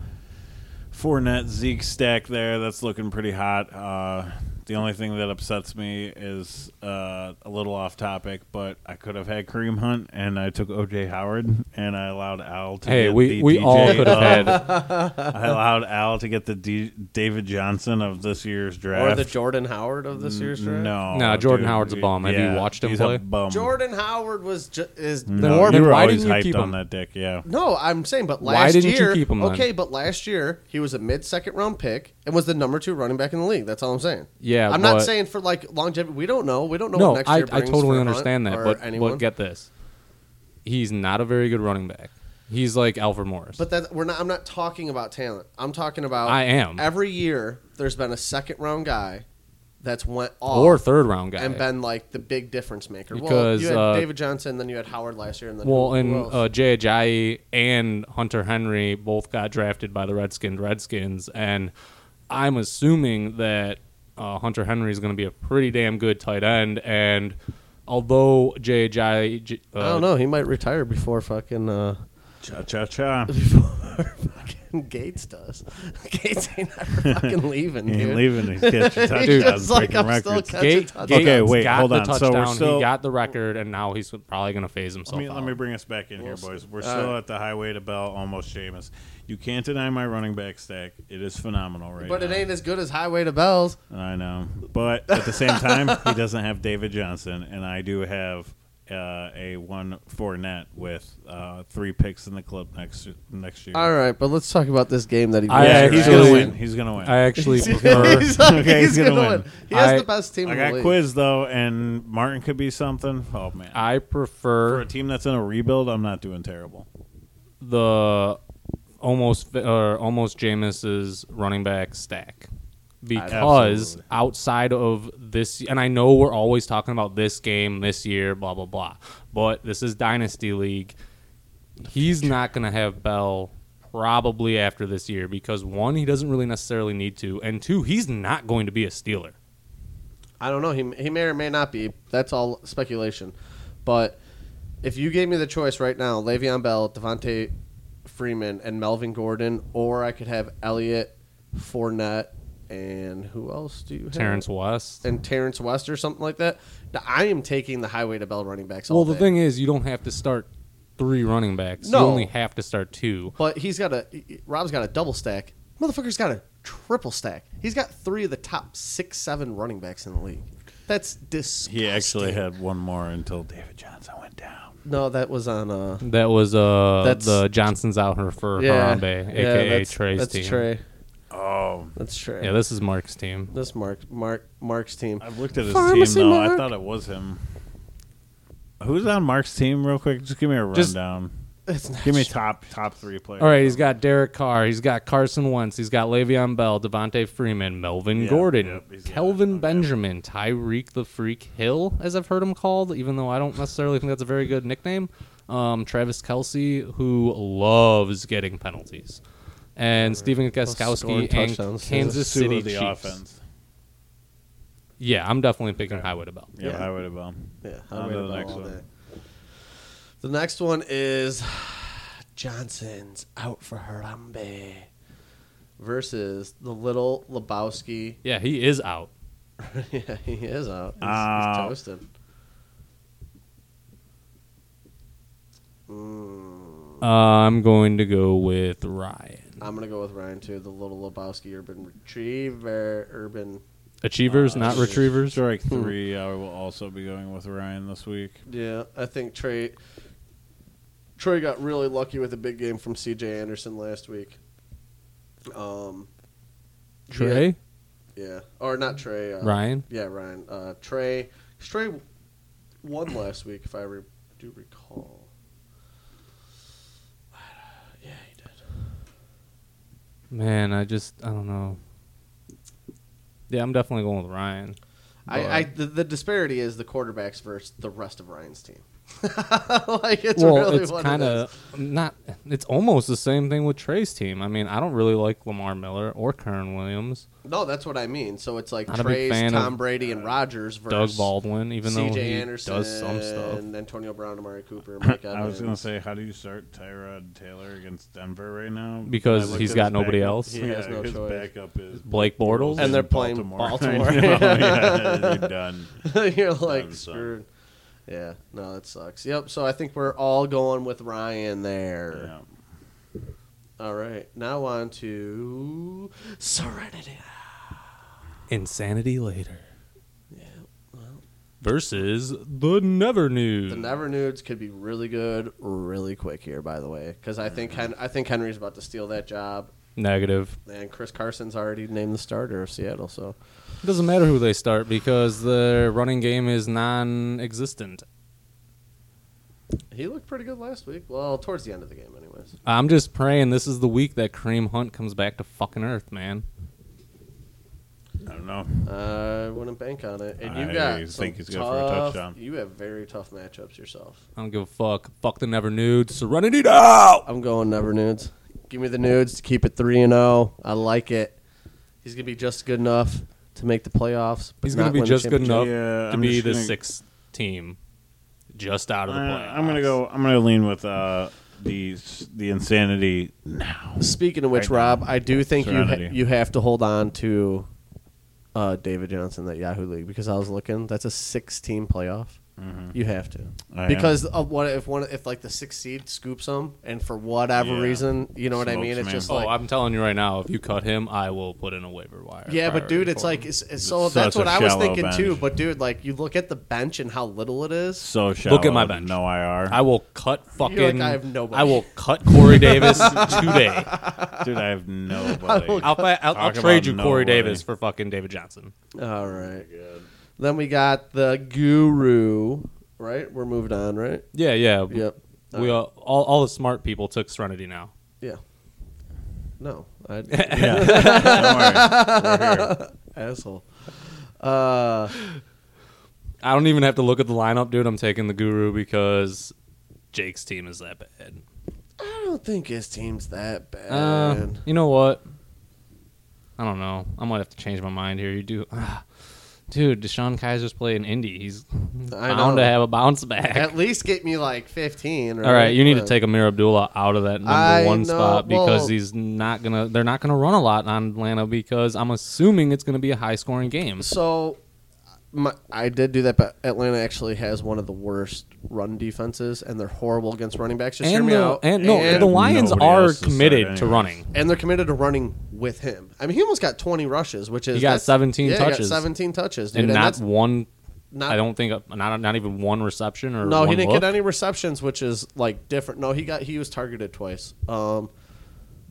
A: Fournette Zeke stack there. That's looking pretty hot. Uh, the only thing that upsets me is uh, a little off topic, but I could have had Kareem Hunt and I took OJ Howard and I allowed Al to
B: hey
A: get
B: we,
A: the
B: we
A: DJ
B: all could
A: of-
B: have had
A: I allowed Al to get the D- David Johnson of this year's draft.
C: or the Jordan Howard of this year's draft.
A: no,
B: Nah, Jordan
A: dude.
B: Howard's a bum. Have you
A: Yeah,
B: watched him
A: he's a
B: play?
A: bum.
C: Jordan Howard was ju- is
A: No,
C: more
A: you were
B: why
A: always
B: didn't you
A: hyped
B: keep
A: on
B: him?
A: that dick. Yeah.
C: No, I'm saying, but
B: Why
C: last
B: didn't you
C: year,
B: keep him then?
C: okay, but last year he was a mid-second round pick and was the number two running back in the league. That's all I'm saying.
B: Yeah,
C: I'm not
B: but-
C: saying for like longevity. We don't know. We don't know.
B: no
C: what next
B: I,
C: year
B: I
C: brings
B: totally
C: for Hunt
B: understand that
C: or
B: but,
C: anyone.
B: but get this he's not a very good running back he's like alfred morris
C: But that we're not. I'm not Oh, talking about talent. I'm talking about.
B: I am.
C: Every year, there's been a second round guy that's went off
B: or third round guy.
C: and been like the big difference maker. well,
B: Because,
C: you had
B: uh,
C: David Johnson, then you had Howard last year, and then
B: well,
C: who-
B: and
C: who else?
B: uh, Jay Ajayi and Hunter Henry both got drafted by the Redskins. Redskins, and I'm assuming that uh, Hunter Henry is going to be a pretty damn good tight end. And although Jay Ajayi, J- uh,
C: I don't know, he might retire before fucking uh,
A: Cha cha cha.
C: before fucking Gates does. Gates ain't never fucking leaving,
A: He
C: dude.
A: ain't leaving. He's catching touchdowns,
B: Dude,
A: breaking
C: it's like I'm still
A: records.
C: catching-
B: Gate,
C: touchdown.
B: Gates
A: Okay, wait,
B: got
A: hold
B: the
A: on. So we're
B: touchdown.
A: still-
B: he got the record, and now he's probably going to phase
A: Let
B: himself.
A: me, let
B: out.
A: me bring us back in here,
C: Wilson.
A: boys. We're
C: All
A: still
C: right.
A: at the highway to Bell, almost Seamus. You can't deny my running back stack. It is phenomenal right
C: But
A: now.
C: it ain't as good as Highway to Bells.
A: I know. But at the same time, he doesn't have David Johnson, and I do have uh, a one four net with uh, three picks in the clip next next year.
C: All right, but let's talk about this game that he.
B: I
A: Yeah,
C: lost,
A: he's
C: right?
A: gonna
B: actually-
A: win. He's gonna win.
B: I actually
C: He's-
B: prefer.
C: he's like-
A: Okay,
C: he's
A: he's gonna
C: gonna
A: win.
C: He has the
B: I-
C: best team.
A: I
C: in the
A: got
C: league.
A: quiz though, and Martin could be something. Oh man,
B: I
A: for
B: prefer
A: a team that's in a rebuild, I'm not doing terrible.
B: the almost or almost Jameis's running back stack because
A: Absolutely.
B: outside of this, and I know we're always talking about this game this year, blah blah blah, but this is dynasty league. He's not going to have Bell probably after this year because one, he doesn't really necessarily need to, and two, he's not going to be a Steeler.
C: I don't know. He he may or may not be. That's all speculation. But if you gave me the choice right now, Le'Veon Bell, Devontae Freeman, and Melvin Gordon, or I could have Elliott, Fournette, and who else do you have?
B: Terrence West.
C: and Terrence West or something like that. Now, I am taking the highway to Bell running backs. all
B: Well, the
C: day.
B: thing is, you don't have to start three running backs.
C: No.
B: You only have to start two.
C: But he's got a Rob's got a double stack. Motherfucker's got a triple stack. He's got three of the top six, seven running backs in the league. That's disgusting.
A: He actually had one more until David Johnson went down.
C: no. That was on uh
B: That was uh
C: That's-
B: the Johnsons out here for
C: yeah,
B: Harambe,
C: yeah,
B: aka
C: that's,
B: Trey's
C: that's
B: team.
C: Trey.
A: Oh,
C: That's Trey.
B: Yeah, this is Mark's team.
C: this Mark Mark Mark's team.
A: I've looked at his
C: Pharmacy
A: team though. I
C: Mark.
A: thought it was him. Who's on Mark's team, real quick? Just give me a
B: Just-
A: rundown.
C: It's not
A: give me top top three players.
B: All right, he's got Derek Carr, he's got Carson Wentz, he's got Le'Veon Bell, Devontae Freeman, Melvin
A: Yeah,
B: Gordon,
A: yep, he's got
B: Kelvin
A: it. Okay.
B: Benjamin, Tyreek the Freak Hill, as I've heard him called, even though I don't necessarily think that's a very good nickname. Um, Travis Kelsey, who loves getting penalties, and Steven
C: scoring
B: Gaskowski and
C: touchdowns.
B: Kansas
A: Sue of
B: City
A: the
B: Chiefs.
A: offense.
B: Yeah, I'm definitely picking Highway to Bell.
A: Yeah,
C: Yeah.
A: I would have been.
C: Yeah,
A: On
C: I
A: to
C: read
A: the
C: about
A: next
C: all
A: one.
C: that. The next one is Johnson's out for Harambe versus the little Lebowski.
B: Yeah, he is out.
C: yeah, he is out. He's, he's
A: Ow.
C: toasted. Mm,
B: I'm going to go with Ryan.
C: I'm gonna go with Ryan too. The little Lebowski urban retriever, urban.
B: Achievers,
C: Uh,
B: not
C: shit.
B: retrievers.
A: Strike
C: Hmm.
A: three. I will also be going with Ryan this week.
C: Yeah, I think Trey. Trey got really lucky with a big game from C.J. Anderson last week. Um,
B: Trey,
C: Yeah, or not Trey. Uh,
B: Ryan.
C: Yeah, Ryan. Uh, Trey. 'cause Trey won last week, if I re- do recall. Yeah, he did.
B: Man, I just I don't know. Yeah, I'm definitely going with Ryan.
C: I, I the, the disparity is the quarterbacks versus the rest of Ryan's team. like it's
B: well,
C: really
B: it's
C: what
B: kind
C: it is.
B: of not. It's almost the same thing with Trey's team. I mean, I don't really like Lamar Miller or Kern Williams,
C: No, that's what I mean. So it's like
B: Not a big
C: Trey's,
B: fan of, uh,
C: Tom Brady, and Rogers versus
B: Doug Baldwin, even though
C: C.J.
B: he
C: Anderson,
B: does some stuff.
C: Antonio Brown, Amari Cooper, Mike Evans.
A: I was gonna say, how do you start Tyrod Taylor against Denver right now?
B: Because
A: I looked
B: he's
A: at
B: got
A: his
B: nobody
A: backup.
B: else.
C: He
A: yeah,
C: has no
A: his
C: choice.
A: backup is
B: Blake Bortles,
C: And they're playing Baltimore.
A: I know, yeah, you're done.
C: You're
A: Done,
C: like
A: son.
C: screwed. Yeah, no, that sucks. Yep. So I think we're all going with Ryan there.
A: Yeah.
C: All right. Now on to Serenity.
B: insanity later
C: Yeah.
B: versus the Never News.
C: The Never Nudes could be really good, really quick here. By the way, because I think Hen- I think Henry's about to steal that job,
B: Negative.
C: and Chris Carson's already named the starter of Seattle. So
B: It doesn't matter who they start because their running game is non-existent.
C: he looked pretty good last week. Well, towards the end of the game, anyways.
B: I'm just praying this is the week that Kareem Hunt comes back to fucking Earth, man.
A: I don't know.
C: I wouldn't Uh, bank on it. And you
A: I
C: got
A: think
C: some
A: he's good
C: tough,
A: for a touchdown.
C: You have very tough matchups yourself.
B: I don't give a fuck. Fuck the never nude. Serenity now.
C: I'm going never nudes. Give me the nudes to keep it three and zero. I like it. He's gonna be just good enough to make the playoffs. But
B: He's gonna
C: not
B: be
C: win the
B: just good enough
A: Yeah,
B: to
A: I'm
B: be
A: just
B: the
A: gonna-
B: sixth team, just out of the
A: Uh,
B: playoffs.
A: I'm gonna go. I'm gonna lean with uh, the the insanity now.
C: championship. Speaking of which,
A: Right now.
C: Rob, I do think you ha-
A: Serenity.
C: you have to hold on to uh, David Johnson that Yahoo League because I was looking. That's a six team playoff. You have to
A: Mm-hmm. I am.
C: because of what if one if like the sixth seed scoops them and for whatever
A: Yeah.
C: reason you know what I
A: Smokes,
C: mean. It's
A: man.
C: just
B: Oh,
C: like
B: I'm telling you right now, if you cut him, I will put in a waiver wire.
C: Yeah, but
B: priority
C: dude, it's
B: for
C: like
B: him.
C: it's, it's so.
A: It's
C: that's
A: such
C: what
A: a
C: I was
A: shallow
C: thinking too.
A: bench.
C: But dude, like you look at the bench and how little it is.
A: So shallow.
B: Look at my bench.
A: No IR.
B: I will cut fucking.
C: like, I have nobody.
B: I will cut Corey Davis today.
A: Dude, I have nobody.
B: I'll, fi- I'll, I'll
A: Talk about
B: trade you Corey
A: nobody.
B: Davis for fucking David Johnson.
C: All right. Then we got the guru. Right, we're moved on. Right.
B: Yeah, yeah.
C: Yep.
B: Mm-hmm.
C: Uh,
B: We all, all all the smart people took Serenity now.
C: Yeah. No, I
A: yeah. Don't worry. We're here.
C: asshole. Uh,
B: I don't even have to look at the lineup, dude. I'm taking the Guru because Jake's team is that bad.
C: I don't think his team's that bad.
B: Uh, you know what? I don't know. I might have to change my mind here. You do, ah. dude. Deshaun Kaiser's playing indie. He's
C: I
B: bound
C: know.
B: to have a bounce back.
C: At least get me like fifteen. Right?
B: All right, you need to
C: But-
B: take Amir Abdullah out of that number
C: I
B: one
C: know,
B: spot
C: well-
B: because he's not gonna. They're not gonna run a lot on Atlanta because I'm assuming it's gonna be a high scoring game.
C: So, my, I did do that, but Atlanta actually has one of the worst run defenses, and they're horrible against running backs. Just hear
B: And
C: me
B: the
C: out.
B: and no,
A: and
B: the Lions
A: nobody
B: are
A: else is starting
B: committed to
A: anyways.
B: running.
C: and they're committed to running with him. I mean, he almost got 20 rushes, which is
B: He got
C: that's-
B: 17
C: yeah, he got
B: touches.
C: 17 touches, dude.
B: and
C: And,
B: not
C: that's
B: one.
C: not-
B: I don't think uh, not not even one reception or
C: no,
B: one
C: he didn't
B: look.
C: get any receptions, which is like different. No, he got he was targeted twice, um,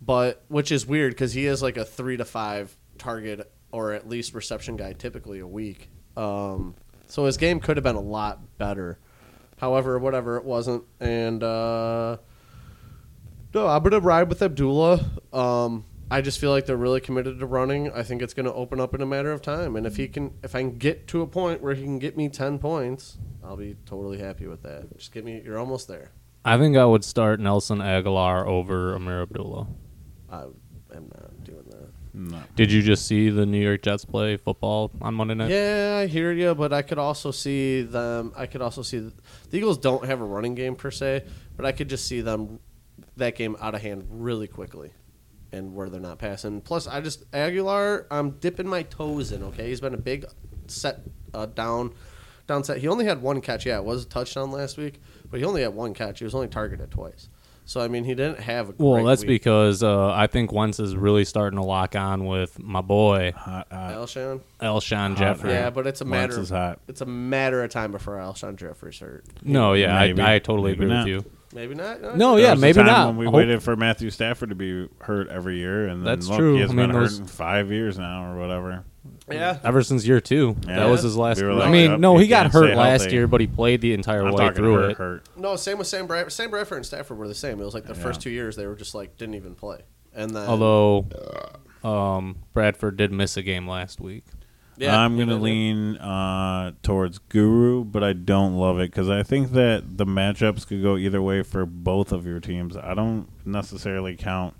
C: but which is weird because he is like a three to five target or at least reception guy typically a week. Um, so his game could have been a lot better. However, whatever it wasn't, and uh, No, I'm gonna ride with Abdullah. Um, I just feel like they're really committed to running. I think it's gonna open up in a matter of time, and if he can, if I can get to a point where he can get me ten points, I'll be totally happy with that. Just give me, you're almost there.
B: I think I would start Nelson Aguilar over Amir Abdullah.
C: I am not doing that.
A: No.
B: Did you just see the New York Jets play football on Monday night?
C: Yeah, I hear you, but I could also see them. I could also see the, the Eagles don't have a running game per se, but I could just see them that game out of hand really quickly. And where they're not passing. Plus, I just Aguilar. I'm dipping my toes in. Okay, he's been a big set uh, down, down set. He only had one catch. Yeah, it was a touchdown last week, but he only had one catch. He was only targeted twice. So I mean, he didn't have a.
B: Well,
C: great
B: that's
C: week.
B: because uh, I think Wentz is really starting to lock on with my boy
A: Hot, hot.
C: Alshon.
B: Elshon Jeffrey.
C: Yeah, but it's a
A: Wentz
C: matter.
A: is
C: Of,
A: hot.
C: it's a matter of time before Alshon Jeffrey's hurt.
B: no, yeah, I,
A: Maybe.
B: I totally
A: Maybe
B: agree
A: not.
B: with you.
C: Maybe not.
B: No,
A: There
B: Oh, yeah,
A: was a
B: maybe
A: time
B: not.
A: When we
B: Hope-
A: waited for Matthew Stafford to be hurt every year, and then
B: That's
A: look,
B: true.
A: He has
B: I
A: been
B: mean,
A: hurt
B: those-
A: in five years now, or whatever.
C: Yeah.
B: Ever since year two,
A: Yeah.
B: that was his last.
A: We were
B: I
A: like,
B: mean,
A: yep,
B: no,
A: he
B: he got
A: can't
B: hurt
A: stay
B: last
A: healthy.
B: year, but he played the entire
A: I'm
B: way
A: talking
B: through
A: hurt,
B: it.
A: hurt.
C: No, same with Sam Bradford. Sam Bradford and Stafford were the same. It was like the first
A: Yeah.
C: two years they were just like didn't even play. And then
B: Although, um, Bradford did miss a game last week.
A: I'm going to
C: Yeah.
A: lean uh, towards Guru, but I don't love it because I think that the matchups could go either way for both of your teams. I don't necessarily count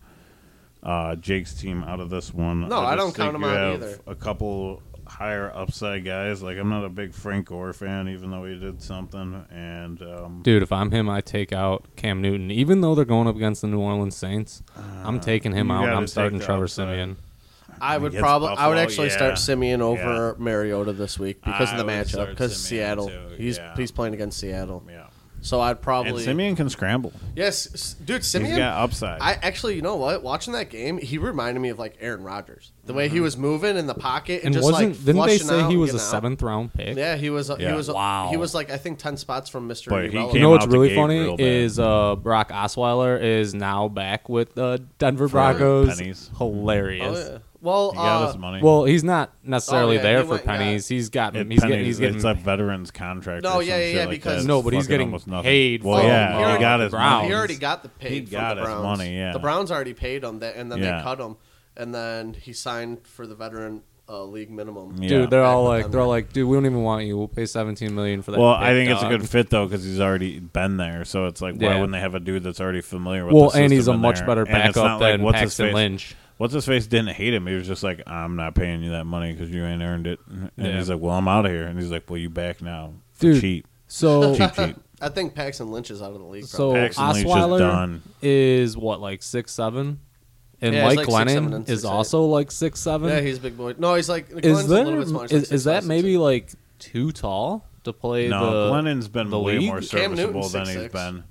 A: uh, Jake's team out of this one.
C: No, I don't
A: just
C: count
A: think
C: him
A: you
C: out
A: have
C: either.
A: A couple higher upside guys. Like I'm not a big Frank Gore fan, even though he did something. And um,
B: Dude, if I'm him, I take out Cam Newton. Even though they're going up against the New Orleans Saints, I'm taking him
A: Uh, you
B: out.
A: gotta
B: I'm
A: take
B: starting
A: the
B: Trevor
A: upside.
B: Simeon.
C: I would
A: Against
C: probably I would
A: Buffalo,
C: actually
A: yeah.
C: start Simeon over
A: Yeah.
C: Mariota this week because of
A: I
C: the
A: would
C: matchup.
A: start
C: Because
A: Simeon,
C: Seattle,
A: too,
C: he's
A: yeah.
C: he's playing against Seattle.
A: yeah,
C: So I'd
A: and
C: probably
A: Simeon can scramble.
C: yes, s- dude. Simeon
A: He's got upside.
C: I actually, you know what? Watching that game, he reminded me of like Aaron Rodgers. The way
A: Mm-hmm.
C: he was moving in the pocket
B: And
C: and, just
B: wasn't
C: like
B: didn't they
C: flushing
B: say
C: out
B: he
C: and
B: was a
C: getting out.
B: seventh round pick?
C: Yeah, he was. He
A: Yeah.
C: was.
B: Wow.
C: He was like I think ten spots from Mister. Oh,
A: But he
B: You
A: came
B: know what's
A: out the
B: really
A: gate
B: funny
A: real bad.
B: is uh, Brock Osweiler is now back with uh, Denver Broncos.
A: pennies.
B: Hilarious.
C: Oh, yeah. Well,
A: He got
C: uh,
A: his money.
B: Well, he's not necessarily
A: oh,
C: yeah, he
B: there for
C: went and got-
B: pennies. he's got
A: It
B: he's getting
A: pennies-
B: he's getting
A: it's a veteran's contract.
C: No,
A: or
C: yeah,
A: some
C: yeah,
A: shit
C: yeah,
A: like
C: because-
A: that.
C: No,
A: It's
B: but he's
A: fucking
B: getting
A: almost nothing.
B: paid
A: Well,
B: from
A: yeah,
B: the
A: he got
B: Browns.
A: his
B: Browns.
A: money.
C: He already got the pay.
A: He
C: from
A: got
C: the
A: his
C: Browns.
A: money, yeah.
C: the Browns already paid him, that, and then
A: Yeah.
C: they cut him, and then he signed for the veteran uh, league minimum.
A: Yeah.
B: Dude, they're all
C: Back
B: like,
C: then.
B: they're all like, dude, we don't even want you. We'll pay seventeen million for that.
A: Well, I
B: big
A: think it's a
B: dog."
A: good fit though because he's already been there, so it's like why
B: Yeah.
A: wouldn't they have a dude that's already familiar with?
B: Well,
A: the
B: and he's a
A: system in
B: much
A: there?
B: better
A: And it's
B: backup
A: not like,
B: than
A: what's his
B: Paxton
A: face?
B: Lynch.
A: What's his face didn't hate him. He was just like, I'm not paying you that money because you ain't earned it. And
B: Yeah.
A: he's like, Well, I'm out of here. And he's like, Well, you back now, for
B: Dude.
A: cheap,
B: So,
A: cheap, cheap.
C: I think Paxton Lynch is out of the league.
B: so
C: probably.
A: Paxton Lynch is
B: oh, Osweiler
A: done.
B: is what like six seven, and
C: Yeah, he's
B: Mike
C: like 6'7"
B: Lennon
C: and
B: is
C: 6'8".
B: also like six seven.
C: yeah, he's a big boy. No, he's like
B: is
C: Glenn's a
B: there
C: little bit smaller. He's like
B: is, is that
C: 6'5",,
B: maybe like too tall to play?
A: No,
B: the,
A: Glennon's been
B: uh, the
A: way
B: league?
A: more
C: Cam Newton's
A: serviceable than he's
C: 6'6".
A: been.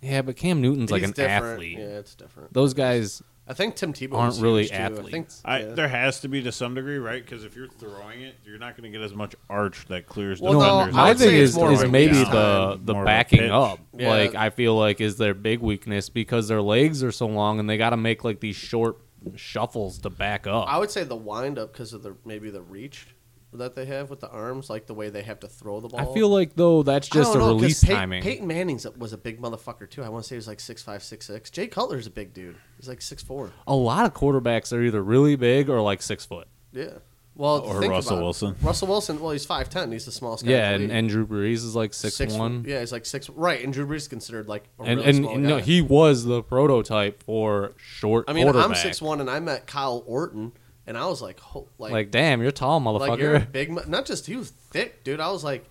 B: Yeah, but Cam Newton's like
C: He's
B: an
C: different.
B: athlete.
C: Yeah, it's different.
B: Those guys,
C: I think Tim Tebow
B: aren't
C: was
B: really
C: huge, too. I think
B: athletes.
A: I,
C: yeah.
A: There has to be to some degree, right? Because if you're throwing it, you're not going to get as much arch that clears
C: Well, no,
A: defenders.
C: I
B: my
C: would
B: thing
C: say it's
B: is,
C: more
B: is
C: like
B: maybe
C: down.
B: the the
A: More of a
B: backing
A: pitch.
B: up.
C: Yeah.
B: Like I feel like is their big weakness because their legs are so long and they got to make like these short shuffles to back up.
C: I would say the wind up because of the maybe the reach that they have with the arms, like the way they have to throw the
B: I
C: ball.
B: feel like though that's
C: I don't
B: just a
C: know, 'cause
B: release
C: Pey-
B: timing.
C: Peyton Manning's was a big motherfucker too. I want to say he was like six five, six six. Jay Cutler's a big dude. He's like six four.
B: a lot of quarterbacks are either really big or like six foot.
C: Yeah. Well,
A: Or
C: think
A: Russell
C: about it.
A: Wilson.
C: Russell Wilson. Well, he's five ten. He's the smallest guy.
B: yeah,
C: in
B: and,
C: the league.
B: and Drew Brees is like six, one.
C: Yeah, he's like six. Right, and Drew Brees is considered like a
B: and
C: really
B: and,
C: small
B: and,
C: guy.
B: no, he was the prototype for short.
C: I mean, I'm
B: quarterback.
C: six one, and I met Kyle Orton, and I was like, ho- like,
B: Like, damn, you're tall,
C: like,
B: motherfucker.
C: you're a big. Mu- not just he was thick, dude. I was like,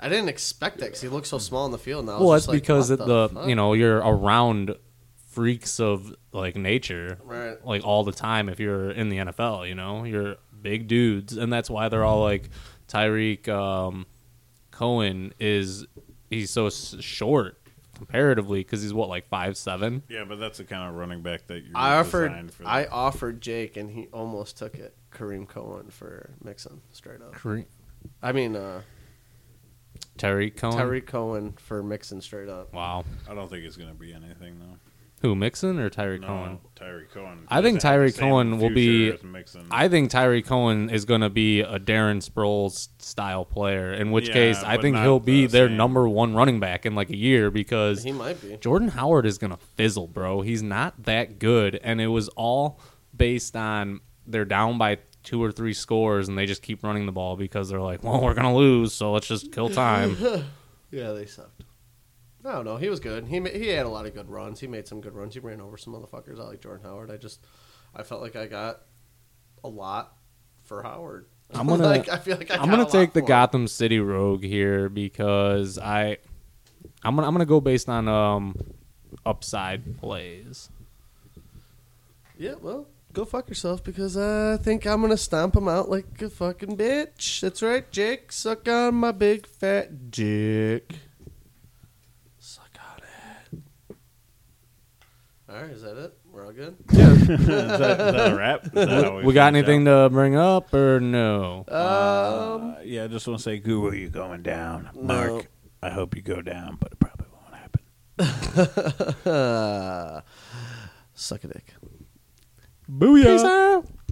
C: I didn't expect that because he looked so small in the field. And I was
B: well,
C: just
B: that's
C: like,
B: because
C: what
B: it, the,
C: fuck?
B: you know you're around freaks of like nature,
C: Right.
B: like all the time. If you're in the NFL, you know you're big dudes, and that's why they're all like Tyreek um, Cohen is he's so s- short comparatively because he's what like five seven.
A: Yeah, but that's the kind of running back that you're
C: I offered,
A: designed for.
C: I offered Jake, and he almost took it. Kareem Cohen for Mixon, straight up. I mean, uh,
B: Tyreek Cohen.
C: Tyreek Cohen for Mixon, straight up.
B: Wow.
A: I don't think it's going to be anything though.
B: Who Mixon or Tyreek Cohen?
A: Tyree Cohen.
B: I think
A: He's had the
B: Tyree
A: same
B: Cohen will be-
A: future as Mixon.
B: I think Tyree Cohen is going to be a Darren Sproles style player, in which
A: Yeah,
B: case I
A: but
B: think
A: not
B: he'll be
A: the
B: their
A: same.
B: number one running back in like a year because
C: He might be.
B: Jordan Howard is going to fizzle, bro. He's not that good. And it was all based on they're down by two or three scores and they just keep running the ball because they're like, well, we're going to lose, so let's just kill time.
C: Yeah, they sucked. I don't know. He was good. He ma- he had a lot of good runs. He made some good runs. He ran over some motherfuckers. I like Jordan Howard. I just I felt like I got a lot for Howard.
B: I'm gonna-
C: like I feel like I
B: I'm
C: got a
B: gonna
C: lot
B: take the
C: for him.
B: Gotham City Rogue here because I, I'm gonna I'm gonna go based on um, upside plays.
C: Yeah, well, go fuck yourself because I think I'm gonna stomp him out like a fucking bitch. That's right, Jake. Suck on my big fat dick. Suck on it. All right, is that it? We're all good.
A: is, that, is that a wrap? Is Oh, that how
B: We got
A: finish
B: anything to bring up or no?
A: out? Uh, yeah, I just want to say, Guru, you going down?
C: No.
A: Mark, I hope you go down, but it probably won't happen.
C: Uh, suck a dick.
B: Booyah!